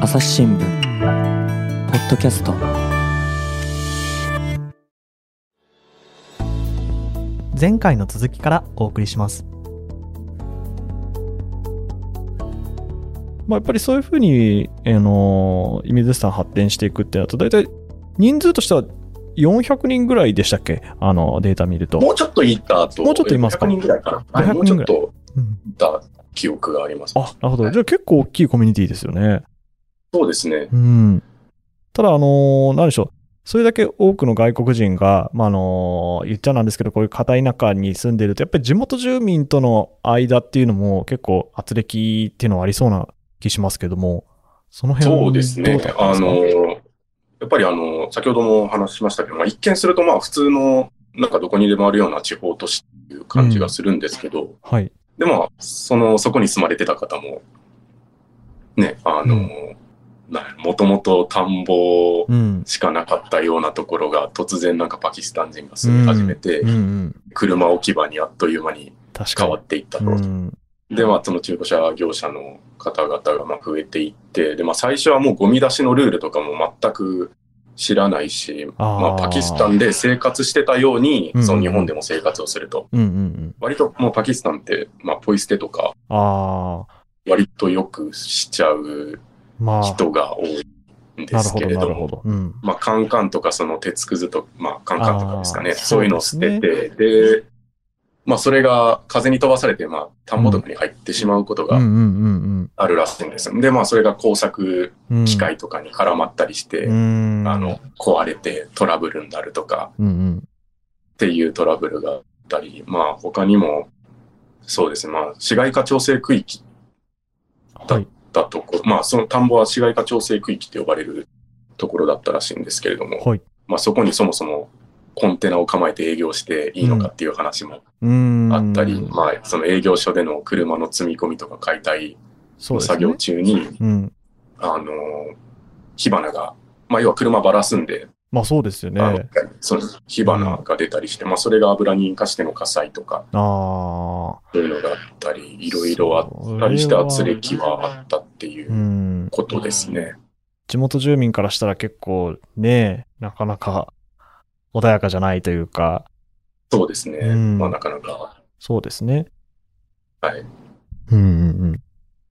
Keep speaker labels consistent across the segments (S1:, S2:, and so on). S1: 朝日新聞ポッドキャスト
S2: 前回の続きからお送りします。
S3: まあ、やっぱりそういうふうに、あのイメージスタ発展していくってなると、大体人数としては400人ぐらいでしたっけあの、データ見ると。
S4: もうちょっといたと。
S3: もうちょっといますか
S4: 500人ぐらいか
S3: 500
S4: な。はいもうちょっと
S3: うん
S4: いた記憶があります。
S3: あ、なるほど。
S4: はい
S3: じゃあ結構大きいコミュニティですよね。
S4: そうですね。
S3: うん。ただ、あの何でしょう。それだけ多くの外国人が、まあ、あの言っちゃなんですけど、こういう片田舎に住んでると、やっぱり地元住民との間っていうのも結構圧力っていうのはありそうな気しますけども、その辺は
S4: そうですね
S3: どうだっ。たん
S4: あ
S3: ですか
S4: の、やっぱりあの、先ほどもお話ししましたけど、まあ、一見するとまあ普通の、なんかどこにでもあるような地方都市っていう感じがするんですけど、
S3: はい。
S4: でも、その、そこに住まれてた方も、ね、あの、
S3: う
S4: なもともと田んぼ
S3: うん。
S4: しかなかったようなところが、突然なんかパキスタン人が住み始めて、
S3: うんうん。
S4: 車置き場にあっという間に
S3: 確か
S4: 変
S3: に
S4: わ。っていったと。
S3: うん。
S4: で、まあ、その中古車業者の方々がまあ増えていって、で、まあ、最初はもうゴミ出しのルールとかも全く知らないし、
S3: あー
S4: まあ、パキスタンで生活してたように
S3: うん、
S4: その日本でも生活をすると。
S3: うんうんうん。
S4: 割ともうパキスタンって、まあ、ポイ捨てとか、
S3: ああ、
S4: 割とよくしちゃう
S3: まあ、
S4: 人が多いんで
S3: なる
S4: す
S3: ほ
S4: け
S3: ど、
S4: れ
S3: な
S4: ど
S3: るほ
S4: も、
S3: ど。うん。
S4: まあ、カンカンとか、その鉄くずとか、まあ、カンカンとかですか
S3: あ
S4: ね、
S3: ー
S4: そういうのを捨て
S3: そう
S4: て、でまあ、それが風に飛ばされて、まあ、田んぼとかに入ってしまうこと
S3: うん
S4: が
S3: うんうん
S4: あるらしいんですよ。で、まあ、それが工作
S3: うんうん。
S4: 機械とかに絡まったりして、
S3: うん。
S4: あの、壊れてトラブルになるとか
S3: うんうん。
S4: っていうトラブルがあったり、まあ、他にも、そうですね、まあ、市街化調整区域
S3: はい。
S4: だとこ、まあ、その田んぼは市街化調整区域って呼ばれるところだったらしいんですけれども、
S3: はい。
S4: まあ、そこにそもそもコンテナを構えて営業していいのかっていう話も
S3: うん。
S4: あったり、まあ、その営業所での車の積み込みとか解体
S3: そう
S4: の
S3: ですね
S4: 作業中に、
S3: うん。
S4: あの、火花が、まあ、要は車ばらすんで、
S3: まあそうですよ
S4: あの
S3: ね。
S4: その火花が出たりして、まあ、それが油に引火しての火災とか、
S3: ああ。。
S4: そういうのがあったり、いろいろあったりして、圧力はあったっていううんことですね。
S3: 地元住民からしたら結構ね、なかなか穏やかじゃないというか、
S4: そうですね。
S3: うん
S4: まあ、なかなか、
S3: そうですね。
S4: はい。
S3: うんうんうん。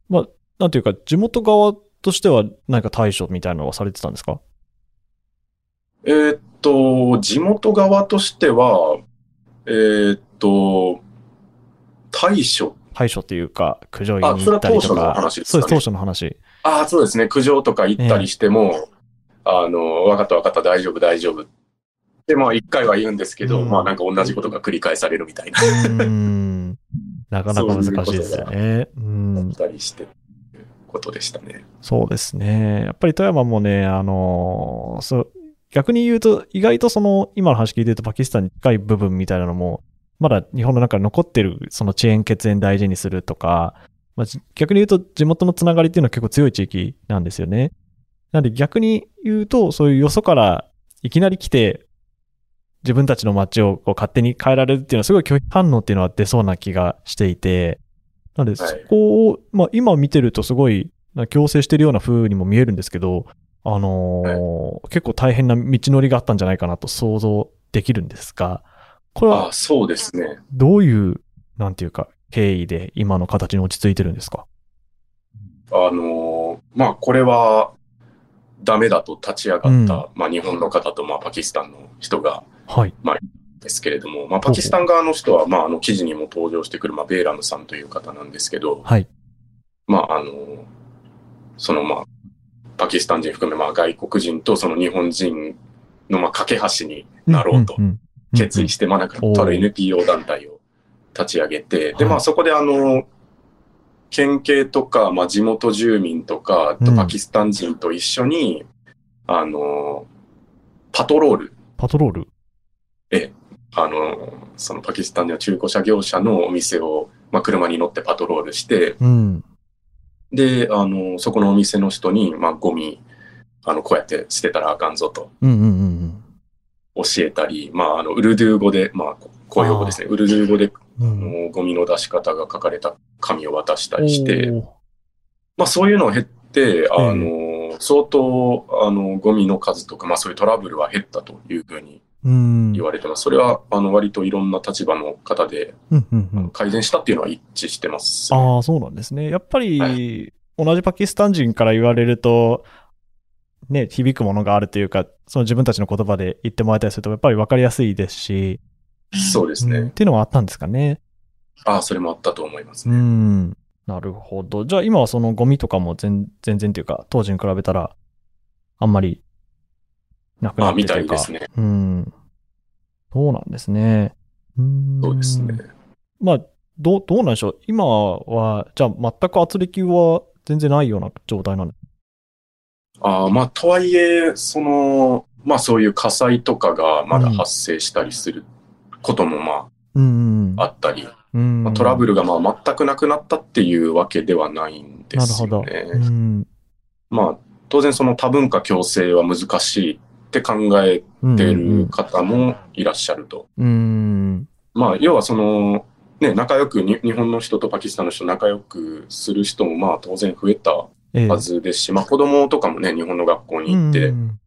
S3: まあ、なんていうか、地元側としては何か対処みたいなのはされてたんですか
S4: えーっと、地元側としては、えーっと、対処。
S3: 対処っていうか、苦情言いに
S4: あ
S3: 行
S4: それ
S3: っ
S4: は
S3: たりと
S4: 当初の
S3: か。
S4: 話です
S3: そ
S4: か
S3: う
S4: ね
S3: です、当初の話。
S4: ああ、そうですね。苦情とか行ったりしても、あの、わかったわかった、大丈夫、大丈夫。で、まあ、一回は言うんですけど、
S3: うん
S4: まあ、なんか同じことが繰り返されるみたいな。
S3: うん。なかなか難しいですよね。うん。
S4: たりしてことでしたね。
S3: そうですね。やっぱり富山もね、あのーそう、逆に言うと、意外とその、今の話聞いてるとパキスタンに近い部分みたいなのも、まだ日本の中に残ってる、その遅延血縁大事にするとか、まあ、じ逆に言うと地元のつながりっていうのは結構強い地域なんですよね。なんで逆に言うと、そういうよそからいきなり来て、自分たちの街をこう勝手に変えられるっていうのはすごい拒否反応っていうのは出そうな気がしていて、なんで
S4: は
S3: そ
S4: い
S3: こを、まあ今見てるとすごいなんか強制してるような風にも見えるんですけど、あのー結構大変な道のりがあったんじゃないかなと想像できるんですが、これ
S4: あ
S3: は
S4: あ、そうですね。
S3: どういう、なんていうか、経緯で今の形に落ち着いてるんですか
S4: あのーまあ、これは、ダメだと立ち上がった、
S3: うん
S4: まあ、日本の方と、まあ、パキスタンの人が、
S3: はい。
S4: ですけれども、まあ、パキスタン側の人は、まあ、あの、記事にも登場してくる、まあ、ベーラムさんという方なんですけど、
S3: はい。
S4: まあ、あのーその、まあ、パキスタン人含め、まあ、外国人と、その日本人の、まあ、架け橋になろうと
S3: んんうん
S4: 決意して、まあなんか、
S3: おー
S4: とある NPO 団体を立ち上げて、
S3: はい
S4: で、まあそこであの、県警とか、まあ地元住民とか、あ
S3: う
S4: と
S3: ん
S4: パキスタン人と一緒に、あの、パトロール、
S3: パトロール
S4: あの、そのパキスタンでの中古車業者のお店を、まあ車に乗ってパトロールして、
S3: うん。
S4: で、あの、そこのお店の人に、まあゴミ、あの、こうやって捨てたらあかんぞと
S3: うんうんうん
S4: 教えたり、まああの、ウルドゥー語で、まあ、公用語ですね、ウルドゥー語で
S3: うん。
S4: あ
S3: うん
S4: のゴミの出し方が書かれた紙を渡したりし
S3: お
S4: て、
S3: ー
S4: まあそういうのを経って、あの、の、相当、あの、ゴミの数とか、まあそういうトラブルは減ったというふうに
S2: うん。
S4: 言われてます。それは、あの、割といろんな立場の方で
S2: うんうんうん。
S4: 改善したっていうのは一致してます。
S3: ああ、そうなんですね。やっぱ
S4: は
S3: り、同じパキスタン人から言われると、ね、響くものがあるというか、その自分たちの言葉で言ってもらえたりすると、やっぱり分かりやすいですし、
S4: そうですね。
S3: うんっていうのはあったんですかね。
S4: ああ、それもあったと思います
S3: う
S4: ね。
S3: ん。なるほど。じゃあ今はそのゴミとかも全全然というか、当時に比べたら、あんまり、なく
S4: あ
S3: な
S4: あ、
S3: って
S4: み
S3: と
S4: た
S3: い
S4: いう
S3: か。
S4: ですね。
S3: うん。そうなんですね。うん
S4: そうですね。
S3: まあ、どう、どうなんでしょう。今は、じゃあ全く圧力は全然ないような状態なんで
S4: ああ、まあ、とはいえ、その、まあそういう火災とかがまだ発生したりすることもま
S3: うん
S4: ああったり、
S3: うん。
S4: まあトラブルがまあ全くなくなったっていうわけではないんですよね。
S3: うん。うん
S4: まあ、当然その多文化共生は難しいって考え
S3: うん
S4: てる方もいらっしゃると。
S3: うん。
S4: まあ、要はその、ね、仲良くに、日本の人とパキスタンの人仲良くする人もまあ当然増えたは
S3: ええ
S4: ずですし、まあ子供とかもね、日本の学校に行っ
S3: う
S4: て
S3: ん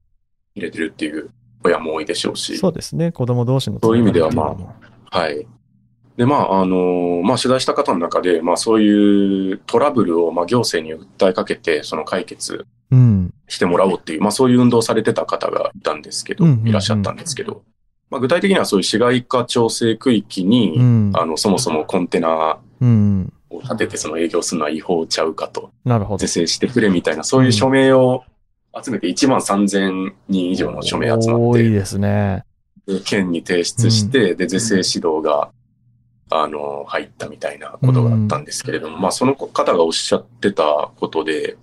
S4: 入れてるっていう親も多いでしょうし、
S3: そうですね。子供同士の
S4: そういう意味では
S3: つながりっていうのも
S4: はい。で、まあ、あの、まあ取材した方の中で、まあそういうトラブルをまあ行政に訴えかけて、その解決
S3: うん。
S4: してもらおうっていう、まあそういう運動をされてた方がいたんですけど、
S3: うんうんうん
S4: いらっしゃったんですけど、まあ具体的にはそういう市街化調整区域に、
S3: うん。
S4: あの、そもそもコンテナ
S3: うん。
S4: を建ててその営業するのは違法ちゃうかと、
S3: なるほど
S4: 是。正してくれみたいな、そういう署名を集めて1万3000人以上の署名集まっ
S3: 多い
S4: て、
S3: ですね。
S4: 県に提出して、で、是正指導が、あの、入ったみたいなことがあったんですけれども、まあその方がおっしゃってたことで、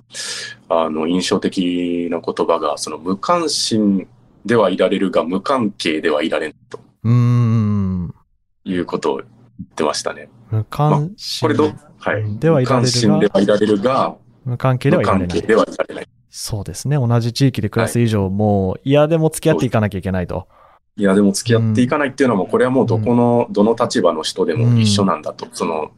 S4: あの、印象的な言葉が、その無関心ではいられるが、無関係ではいられんと
S3: うん。
S4: いうことを言ってましたね。
S3: 無関
S4: こ
S3: 心。
S4: れど、はい。
S3: ではい
S4: 無
S3: られ
S4: 関
S3: る
S4: 心
S3: が
S4: で、はいられるが、
S3: 無関係で
S4: 無
S3: はいられ
S4: 関
S3: な
S4: 係
S3: い。
S4: ではいられない。
S3: そうですね。同じ地域で暮らす以上、もう嫌でも付き合っていかなきゃいけないと。
S4: いや、でも付き合っていかないっていうのはもう、これはもうどこの、どの立場の人でも一緒なんだと。その、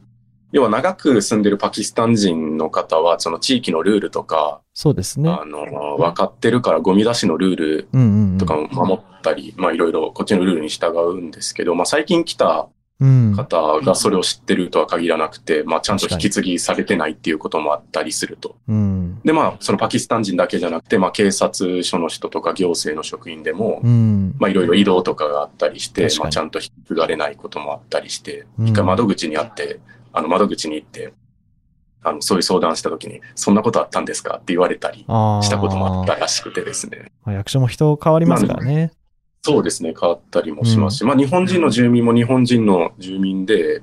S4: 要は長く住んでるパキスタン人の方は、その地域のルールとか、
S3: そうですね。
S4: あの、分かってるからゴミ出しのルール
S3: うんうんうん。
S4: とかも守ったり、まあいろいろこっちのルールに従うんですけど、まあ最近来た
S3: うん。
S4: 方がそれを知ってるとは限らなくて、まあちゃんと引き継ぎされてないっていうこともあったりすると。
S3: うん。
S4: で、まあそのパキスタン人だけじゃなくて、まあ警察署の人とか行政の職員でも、
S3: うん。
S4: まあいろいろ移動とかがあったりして
S3: 確か、に
S4: まあちゃんと引き継がれないこともあったりして、
S3: うん
S4: 一回窓口にあって、あの窓口に行って、あの、そういう相談した時に、そんなことあったんですかって言われたり
S3: ああ。
S4: したこともあったらしくてですね。
S3: まあ役所も人変わりますからね。
S4: そうですね、変わったりもしますし、まあ日本人の住民も日本人の住民で、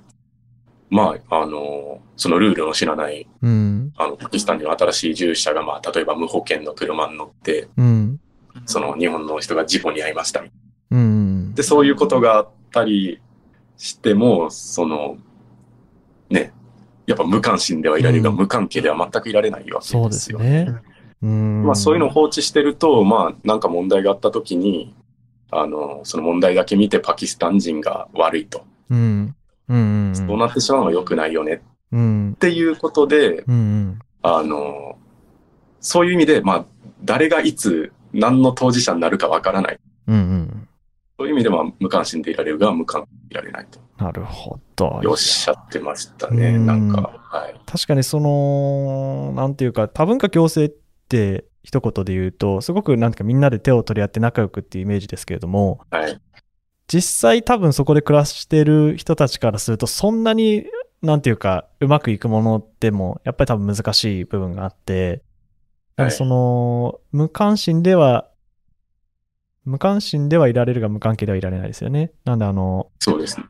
S4: まあ、あの、そのルールを知らない、
S3: うん。
S4: あの、パキスタン人の新しい移住者が、まあ、例えば無保険の車に乗って、
S3: うん。
S4: その日本の人が事故に遭いました。
S3: うん。
S4: で、そういうことがあったりしても、その、ね、やっぱ無関心ではいられるが、
S3: うん
S4: 無関係では全くいられないわけ
S3: そう
S4: で
S3: ですす
S4: よ。
S3: ね。うん。
S4: まあそういうのを放置してると、まあなんか問題があった時に、あの、その問題だけ見てパキスタン人が悪いと。
S3: うん。うん。うん。
S4: そうなってしまうのは良くないよねっ
S3: うん。
S4: ていうことで、
S3: うんうん。
S4: あの、そういう意味で、まあ誰がいつ何の当事者になるかわからない。
S3: うんうん。
S4: そういう意味では無関心でいられるが無関心でいられないと
S3: なるほど。
S4: おっしゃってましたね、
S3: うん
S4: なんか。はい。
S3: 確かにその、なんていうか、多文化共生って一言で言うと、すごくなんていうかみんなで手を取り合って仲良くっていうイメージですけれども、
S4: はい。
S3: 実際多分そこで暮らしてる人たちからすると、そんなに、なんていうか、うまくいくものでも、やっぱり多分難しい部分があって、
S4: はい
S3: その、無関心では、無関心ではいられるが無関係ではいられないですよね。なんであの、
S4: そうですね。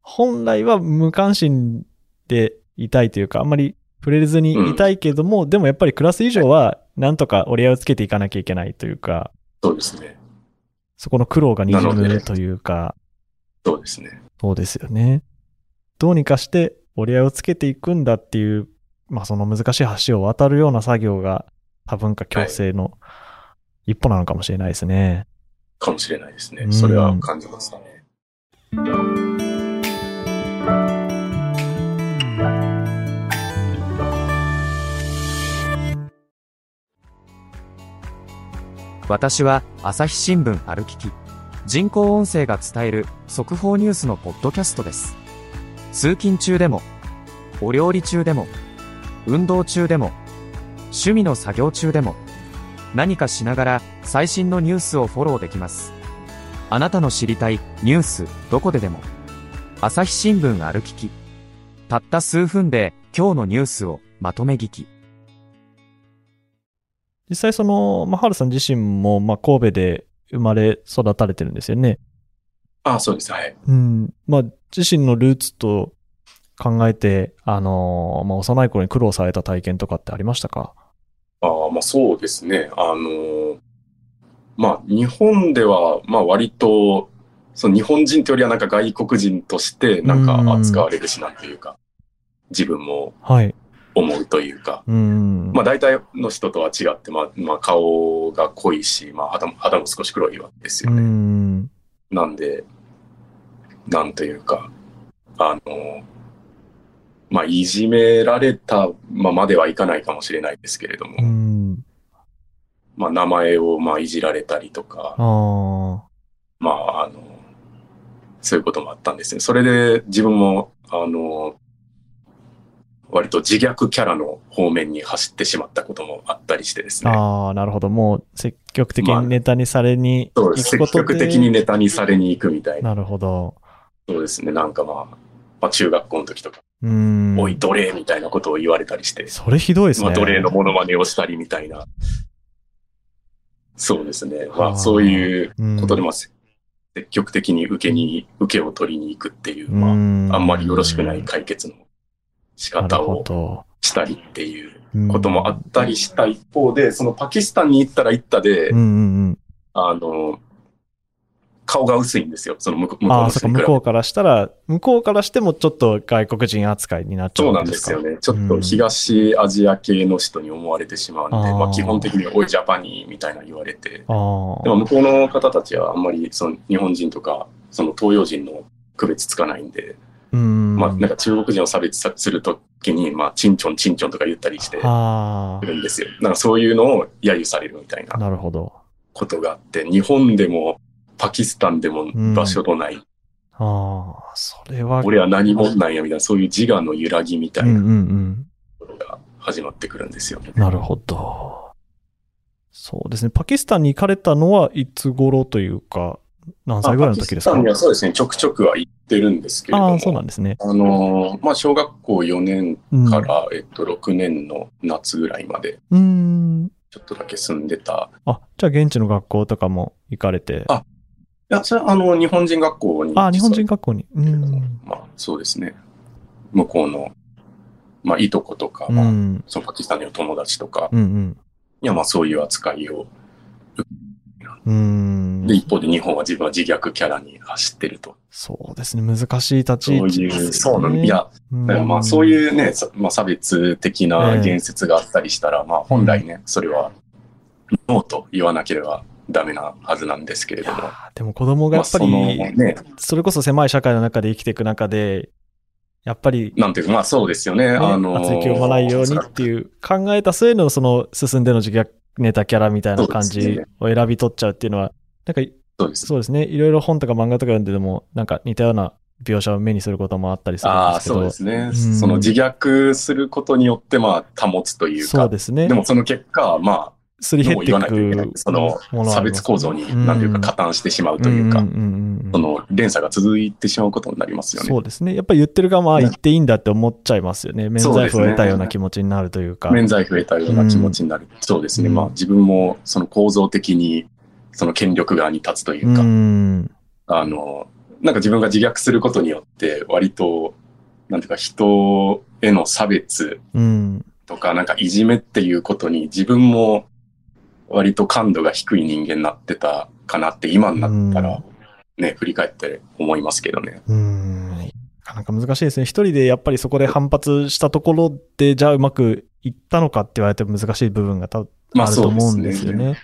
S3: 本来は無関心でいたいというか、あんまり触れずにいたいけども、でもやっぱり暮らす以上は、なんとか折り合いをつけていかなきゃいけないというか、
S4: そうですね。
S3: そこの苦労がにじ
S4: なる
S3: む
S4: ほ
S3: というか、
S4: そうですね。
S3: そうですよね。どうにかして折り合いをつけていくんだっていう、まあその難しい橋を渡るような作業が多文化共生の一歩なのかもしれないですね。
S4: かもしれないですね
S3: う。ん
S4: それは感じましたね。
S5: 私は朝日新聞歩きき人工音声が伝える速報ニュースのポッドキャストです通勤中でもお料理中でも運動中でも趣味の作業中でも何かしながら最新のニュースをフォローできますあなたの知りたいニュースどこででも朝日新聞歩ききたった数分で今日のニュースをまとめ聞き
S3: 実際その、まあ、ハルさん自身も、まあ、神戸で生まれ育たれてるんですよね。
S4: あ、そうです。はい。
S3: うん。まあ、自身のルーツと考えて、あのーまあ、幼い頃に苦労された体験とかってありましたか
S4: ああ、まあそうですね。あのーまあ日本では、まあ割と、その日本人というよりはなんか外国人としてなん
S3: うん
S4: か扱われるしなんというか、自分も
S3: はい。
S4: 思うというか、
S3: うん。
S4: まあ大体の人とは違って、まあ、まあ顔が濃いし、まあ肌も、肌も少し黒いわけですよ
S3: う
S4: ね。
S3: ん。
S4: なんで、なんというか、あの、まあ、いじめられたまあまではいかないかもしれないですけれども、
S3: うん。
S4: まあ、名前をまあいじられたりとか、
S3: あ
S4: まあ、あの、そういうこともあったんですね。それで自分も、あの、割と自虐キャラの方面に走ってしまったこともあったりしてです
S3: あ。
S4: ね。
S3: ああ、なるほど。もう、積極的にネタにされに行
S4: そうです
S3: く
S4: 積
S3: ことで、
S4: 極的にネタにされに行くみたいな。
S3: なるほど。
S4: そうですね。なんかまあ、まあ、中学校の時とか、
S3: うん。
S4: おい、奴隷みたいなことを言われたりして、
S3: それひどいですね。
S4: まあ、奴隷のモノマネをしたりみたいな。そうですね。ま
S3: はあ
S4: あ、そういう
S3: うん
S4: ことで、まあ、積極的に受けに、受けを取りに行くっていう、
S3: う
S4: ま
S3: ん
S4: あ、あんまりよろしくない解決の仕
S3: な
S4: 方
S3: るほ
S4: を
S3: ど
S4: したりっていうこともあったりした一方で、そのパキスタンに行ったら行ったで、
S3: うんうんうん。
S4: あの、顔が薄いんですよ。その向こう向こう
S3: あ
S4: の
S3: あ、そっ
S4: 人
S3: か、
S4: に
S3: 向
S4: 比べ
S3: こうからしたら、向こうからしてもちょっと外国人扱いになっちゃ
S4: そうう
S3: わ
S4: な
S3: けで
S4: んですす
S3: か。
S4: よね。ちょっと東アジア系の人に思われてしまうんで、
S3: あー
S4: まあ基本的においジャパニーみたいな言われて、
S3: あ
S4: でも向こうの方たちはあんまりその日本人とか、その東洋人の区別つかないんで、
S3: あ。うん。
S4: まあなんか中国人を差別さするときに、まあチンチョンチンチョンとか言ったりして
S3: あ
S4: るんですよ。なんかそういうのを揶揄されるみたい
S3: あ、
S4: な
S3: なるほど。
S4: ことがあって、日本でもパキスタンでも場所のない、
S3: ああ、それは。
S4: 俺は何者なんやみたいな、そういう自我の揺らぎみた
S3: うん
S4: い
S3: う
S4: なん
S3: うん。
S4: ところが始まってくるんですよね。
S3: なるほど。そうですね。パキスタンに行かれたのはいつ頃というか、何歳ぐらいの時です
S4: あパキスタ
S3: か
S4: ンにはそうですね、ちょくちょくは行ってるんですけれども。
S3: ああ、そうなんですね。
S4: あのーまあ、小学校4年
S3: うん。
S4: から、えっと、6年の夏ぐらいまで、
S3: うん。
S4: ちょっとだけ住んでた。
S3: あ、じゃあ現地の学校とかも行かれて。
S4: あいや、それはあの、日本人学校に。
S3: ああ、日本人
S4: 学
S3: 学校に。う
S4: 校
S3: ん。
S4: まあ、そうですね。向こうの、まあ、いとことか、
S3: う
S4: まあ
S3: ん。
S4: そのパキスタンの友達とか、
S3: うんうん。
S4: いや、まあ、そういう扱いを。
S3: うん。
S4: で、一方で日本は自分は自虐キャラに走ってると。
S3: そうですね。難しい立
S4: そう
S3: ち位置
S4: い
S3: で
S4: う、
S3: すね。
S4: そうなんいや、
S3: うん、
S4: だからまあそういうね、さまあ、差別的な言説があったりしたら、まあ本来ね、それはノーと言わなければダメなはずなんですけれ
S3: い
S4: ど
S3: や
S4: も、
S3: ーでも子供がや
S4: まあ
S3: っぱ
S4: その
S3: り、
S4: ね、
S3: それこそ狭い社会の中で生きていく中で、やっぱり、ね、
S4: なんていうか、まあそうですよね、あの
S3: 圧力を生まないようにっていう考えた末のその進んでの自虐ネタキャラみたいな感
S4: そうです
S3: じ
S4: ね
S3: を選び取っちゃうっていうのは、なんか
S4: そうです。
S3: そうですね、いろいろ本とか漫画とか読んでても、なんか似たような描写を目にすることもあったりするん
S4: あ
S3: で
S4: あ、
S3: すけど、
S4: そうですね。
S3: うん
S4: その自虐することによって、まあ保つという
S3: そう
S4: か、
S3: ですね、
S4: でもその結果、ま
S3: すり減
S4: あ、も
S3: っ
S4: う
S3: ていく
S4: 言わないといけない。その差別構造に、なんていうか、加担してしまうというか、
S3: んんうんうん
S4: その連鎖が続いてしまうことになりますよね。
S3: そうですね。やっぱり言ってる側も、あ言っていいんだって思っちゃいますよね。免罪符を得たような気持ちになるというか。
S4: 免罪増えたような気持ちになる。そうですね。
S3: うん
S4: まあ自分もその構造的にその権力側に立つというか、
S3: うん。
S4: あの、なんか自分が自虐することによって割と、なんていうか人への差別
S3: うん。
S4: とか、なんかいじめっていうことに自分も割と感度が低い人間になってたかなって今になったら、ね、振り返って思いますけどね。
S3: うん。なかなか難しいですね。一人でやっぱりそこで反発したところで、じゃあうまくいったのかって言われても難しい部分が多々
S4: まあ
S3: あると
S4: そうで
S3: 思う
S4: す
S3: ん
S4: ね。
S3: ですよね。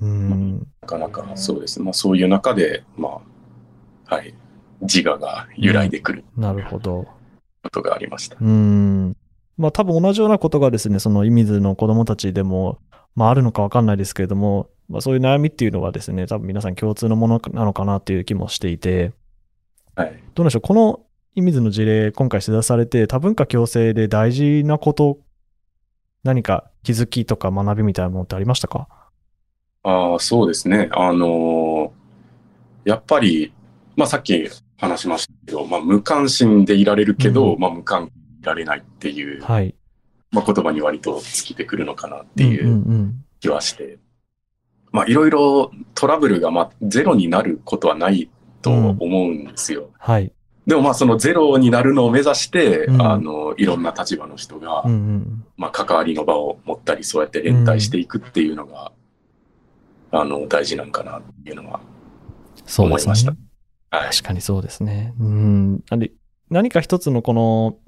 S3: うん。
S4: なかなかそうですね。まあそういう中で、まあ、はい、自我が揺らいでくる
S3: なるほど。
S4: ことがありました。
S3: うん。まあ多分同じようなことがですね、その意味の子供たちでもまあ、あるのかわかんないですけれども、まあ、そういう悩みっていうのはですね、多分皆さん共通のものなのかなっていう気もしていて、
S4: はい。
S3: どうなんでしょう、この意味図の事例、今回取材されて、多文化共生で大事なこと、何か気づきとか学びみたいなものってありましたか
S4: ああ、そうですね。あのーやっぱり、まあさっき話しましたけど、まあ無関心でいられるけど、
S3: うん
S4: まあ無関心でいられないっていう、
S3: はい。
S4: まあ言葉に割と尽きてくるのかなってい
S3: うん
S4: う
S3: うん
S4: 気はして、まあいろいろトラブルがまあゼロになることはないと思うんですよ。
S3: はい。
S4: でもまあそのゼロになるのを目指して、
S3: うん
S4: あの、いろんな立場の人が、
S3: うんうん
S4: まあ関わりの場を持ったり、そうやって連帯していくっていうのが、あの、大事なんかなっていうのは
S3: そう
S4: 思
S3: で
S4: い
S3: すね
S4: ました。はい。
S3: 確かにそうですね。うん。なんで、何か一つのこの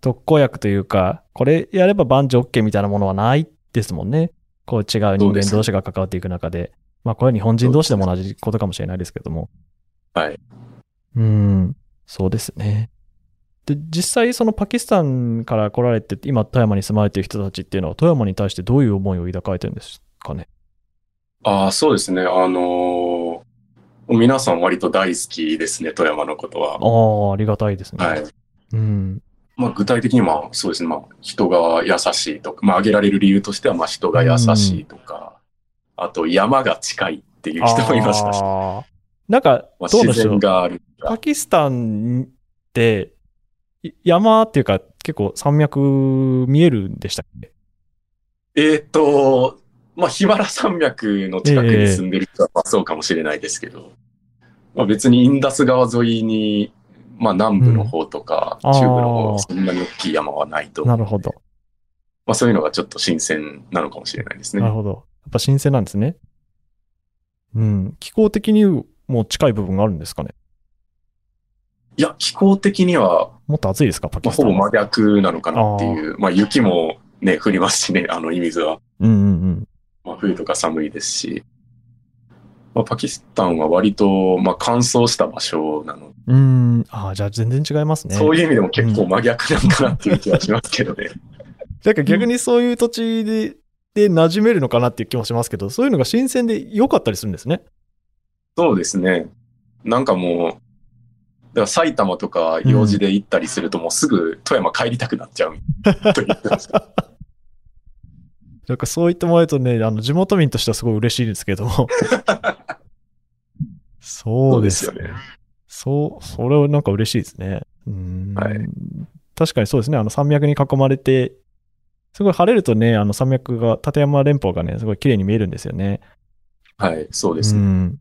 S3: 特効薬というか、これやれば万事 OK みたいなものはないですもんね。こう違う人
S4: そう
S3: 間
S4: です
S3: 同士が関わっていく中で。まあ、これは日本人同士でも同じことかもしれないですけども。
S4: はい。
S3: うん。そうですね。で、実際そのパキスタンから来られて、今富山に住まれている人たちっていうのは、富山に対してどういう思いを抱かれてるんですかね。
S4: ああ、そうですね。あのー皆さん割と大好きですね、富山のことは。
S3: ああ、ありがたいですね。
S4: はい。。
S3: うん。
S4: まあ具体的には、そうですね。まあ人が優しいとか、まあ挙げられる理由としては、まあ人が優しいとか、あと山が近いっていう人もいましたし、
S3: あーなんか、
S4: まあ
S3: どうで
S4: 自
S3: しょう
S4: 然。がある。
S3: パキスタンって、い山っていうか、結構山脈見えるんでしたっけ
S4: えっと、まあヒマラ山脈の近くに住んでる人は、まあそうかもしれないですけど、まあ別にインダス川沿いに、まあ南部の方とか、
S3: うんあー
S4: 中部の方、そんなに大きい山はないと思
S3: な
S4: うの
S3: る
S4: で
S3: ほど。
S4: まあそういうのがちょっと新鮮なのかもしれないですね。
S3: なるほど。やっぱ新鮮なんですね。うん。気候的にも近い部分があるんですかね。
S4: いや、気候的には、
S3: もっと暑いですか、パ
S4: ま
S3: キ
S4: あ、
S3: ス
S4: ほ
S3: タン
S4: ぼ
S3: は。
S4: 真逆なのかなっていう。まあ雪もね、降りますしね、 あの、ミ水は。
S3: うんうんうん。
S4: まあ冬とか寒いですし。まあパキスタンは割と、まあ乾燥した場所なので、
S3: うーん。ああ、じゃあ全然違いますね。
S4: そういう意味でも結構真逆なんかなっていう気はしますけどね。
S3: なんか逆にそういう土地で、で馴染めるのかなっていう気もしますけど、そういうのが新鮮で良かったりするんですね。
S4: そうですね。なんかもう、だから埼玉とか用事で行ったりするともうすぐ富山帰りたくなっちゃうみたいな こと言ってました。
S3: なんかそう言ってもらえるとね、あの地元民としてはすごい嬉しいですけど も。そうです
S4: そうですよね
S3: そう、それはなんか嬉しいですね。うーん
S4: はい
S3: 確かにそうですね。あの山脈に囲まれて、すごい晴れるとね、あの山脈が、立山連峰がね、すごい綺麗に見えるんですよね。
S4: はい、そうです
S3: う
S4: ね。
S3: ん。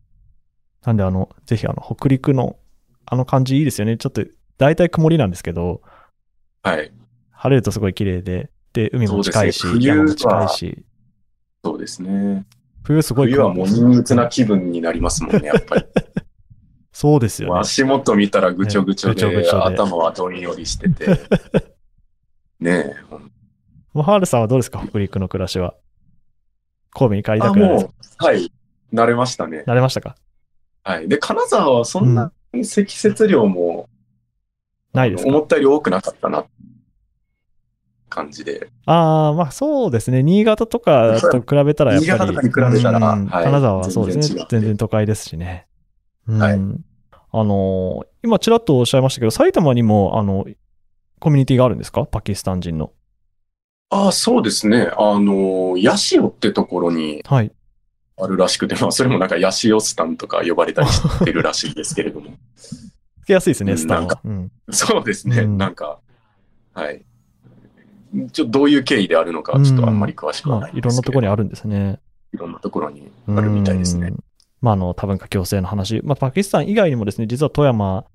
S3: なんであの、ぜひあの、北陸のあの感じいいですよね。ちょっと、大体曇りなんですけど、
S4: はい、
S3: 晴れるとすごい綺麗で、で、海も近いし、
S4: そうですね
S3: 山も近いし、
S4: そうですね。
S3: 冬すごい
S4: 冬
S3: 曇
S4: は
S3: り
S4: もう憂鬱な気分になりますもんね、やっ ぱり。
S3: そうですよね。
S4: もう足元見たらぐちょぐちょで、
S3: ねぐちょぐちょで
S4: 頭はどんよりして て。ねえ。ほん
S3: マハールさんはどうですか北陸の暮らしは。神戸に帰りた
S4: あ、
S3: くなるんです
S4: もう、はい、慣れましたね。
S3: なれましたか
S4: はい。で、金沢はそんな積雪量も、
S3: ないですか
S4: 思ったより多くなかったな、感じで。
S3: ああ、まあそうですね。新潟とかと比べたらやっぱり。
S4: 新潟とかに比べたら
S3: うん
S4: はい
S3: 金沢はそうです
S4: 全然違
S3: ね
S4: っ。て
S3: 全然都会ですしね。うん
S4: はい
S3: あのー今ちらっとおっしゃいましたけど、埼玉にも、あの、コミュニティがあるんですかパキスタン人の。
S4: ああ、そうですね。あの、ヤシオってところに
S3: はい。
S4: あるらしくて、ま あ、それもなんかヤシオスタンとか呼ばれたりしてるらしいですけれど も。
S3: つけやすいですね、
S4: うん
S3: スタン
S4: なん
S3: は
S4: か。
S3: うん
S4: そうですね、
S3: うん
S4: なんか、はい。ちょっとどういう経緯であるのか、ちょっとあんまり詳しくは
S3: まあ
S4: な、いん
S3: い
S4: で
S3: ろん
S4: す
S3: な
S4: け
S3: と
S4: ど、
S3: ころにあるんですね。
S4: いろんなところにあるみたいですね
S3: う。ん。まあ、あの、多文化共生の話。まあ、パキスタン以外にもですね、実は富山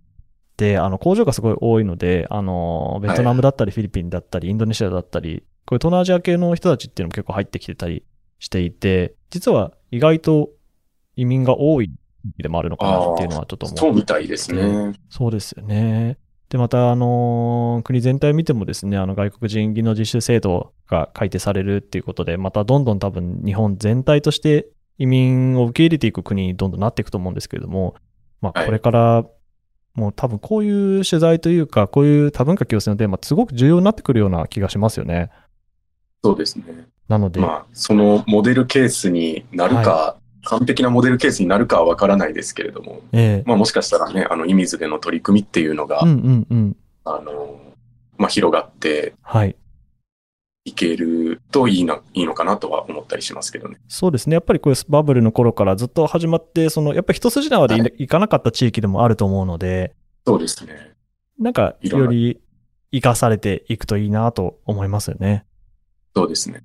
S3: で、あの、工場がすごい多いので、あの、ベトナムだったり、フィリピンだったり、インドネシアだったり、こういう東南アジア系の人たちっていうのも結構入ってきてたりしていて、実は意外と移民が多い地域でもあるのかなっていうのはちょっと思う
S4: そうみたいですね。
S3: そうですよね。で、また、あのー国全体を見てもですね、あの外国人技能実習制度が改定されるっていうことで、またどんどん多分日本全体として移民を受け入れていく国にどんどんなっていくと思うんですけれども、まあ、
S4: はい
S3: これから、もう多分こういう取材というか、こういう多文化共生のテーマ、すごく重要になってくるような気がしますよね。
S4: そうですね。
S3: なので、
S4: まあ、そのモデルケースになるか、完璧なモデルケースになるかはわからないですけれども、
S3: ええ
S4: まあ、もしかしたらね、あの、イミズでの取り組みっていうのが、
S3: うんうんうん。
S4: あの、まあ、広がって
S3: はい。
S4: いけるといいな、いいのかなとは思ったりしますけどね。
S3: そうですね。やっぱりこういうバブルの頃からずっと始まって、その、やっぱり一筋縄でい,、
S4: はい
S3: かなかった地域でもあると思うので、
S4: そうですね。
S3: なんか、
S4: いろん
S3: よ
S4: な
S3: り生かされていくといいなと思いますよね。
S4: そうですね。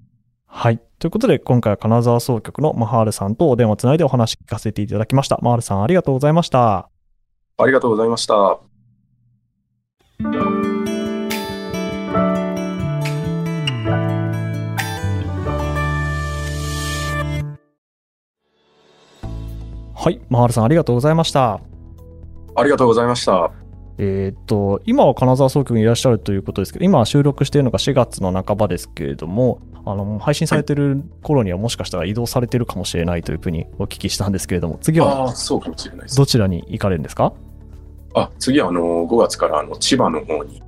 S3: はい。ということで、今回は金沢総局のマハールさんとお電話つないでお話聞かせていただきました。マハールさん、ありがとうございました。
S4: ありがとうございました。
S3: はい。マハールさん、ありがとうございました。
S4: ありがとうございました。
S3: えーっと、今は金沢総局にいらっしゃるということですけど、今収録しているのが4月の半ばですけれども、あの、配信されてる頃にはもしかしたら移動されてるかもしれないというふうにお聞きしたんですけれども、次は
S4: ああ、そうかもしれないです。
S3: どちらに行かれるんですか
S4: あ、次はあの、5月からあの、千葉の方に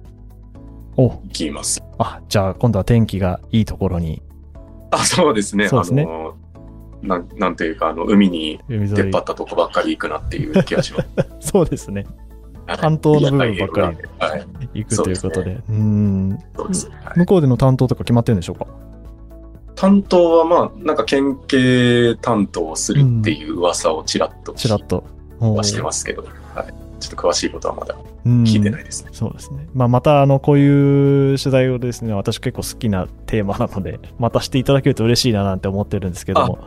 S3: お、
S4: 行きます。
S3: あ、じゃあ今度は天気がいいところに、
S4: あ、そうですね。
S3: そうですね
S4: あの、なん、なんていうか、あの、海に
S3: 海
S4: 出
S3: 沿
S4: っ
S3: い
S4: 張。ったとこばっかり行くなっていう気 がします。
S3: そうですね。
S4: はい
S3: 半島の部分ばっか
S4: り。はい。
S3: り行くということで。
S4: そう
S3: うーん。
S4: そうですね。はい
S3: 向こうでの担当とか決まってるんでしょうか
S4: 担当はまあ、なんか県警担当をするっていう噂をちらっと
S3: ちらっと。
S4: はしてますけど、はい。ちょっと詳しいことはまだ
S3: うん
S4: 聞いてないですね。
S3: そうですね。まあ、また、あの、こういう取材をですね、私結構好きなテーマなので、 またしていただけると嬉しいななんて思ってるんですけども。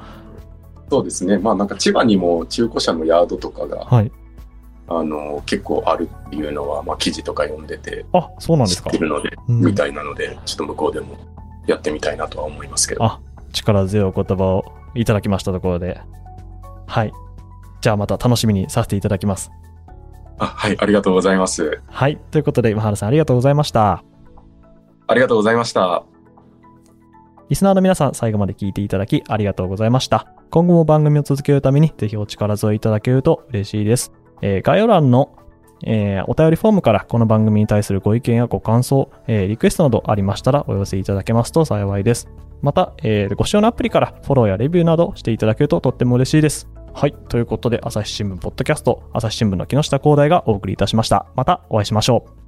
S4: そうですね。まあなんか千葉にも中古車のヤードとかが、
S3: はい。
S4: あの、結構あるっていうのは、まあ記事とか読んでて、
S3: あ、そうなんで
S4: 知
S3: す
S4: っ
S3: か
S4: て。るので、
S3: うん
S4: みたいなので、ちょっと向こうでもやってみたいなとは思いますけど。
S3: あ
S4: あ
S3: 力強いお言葉をいただきましたところで。はい。じゃあまた楽しみにさせていただきます。
S4: はい、ありがとうございます。
S3: はい。ということで、今原さんありがとうございました。
S4: ありがとうございました。
S3: リスナーの皆さん、最後まで聞いていただきありがとうございました。今後も番組を続けるために、ぜひお力添えいただけると嬉しいです。えー概要欄の、えーお便りフォームから、この番組に対するご意見やご感想、えーリクエストなどありましたらお寄せいただけますと幸いです。また、えーご使用のアプリからフォローやレビューなどしていただけるととっても嬉しいです。はい。ということで、朝日新聞ポッドキャスト、朝日新聞の木下光大がお送りいたしました。またお会いしましょう。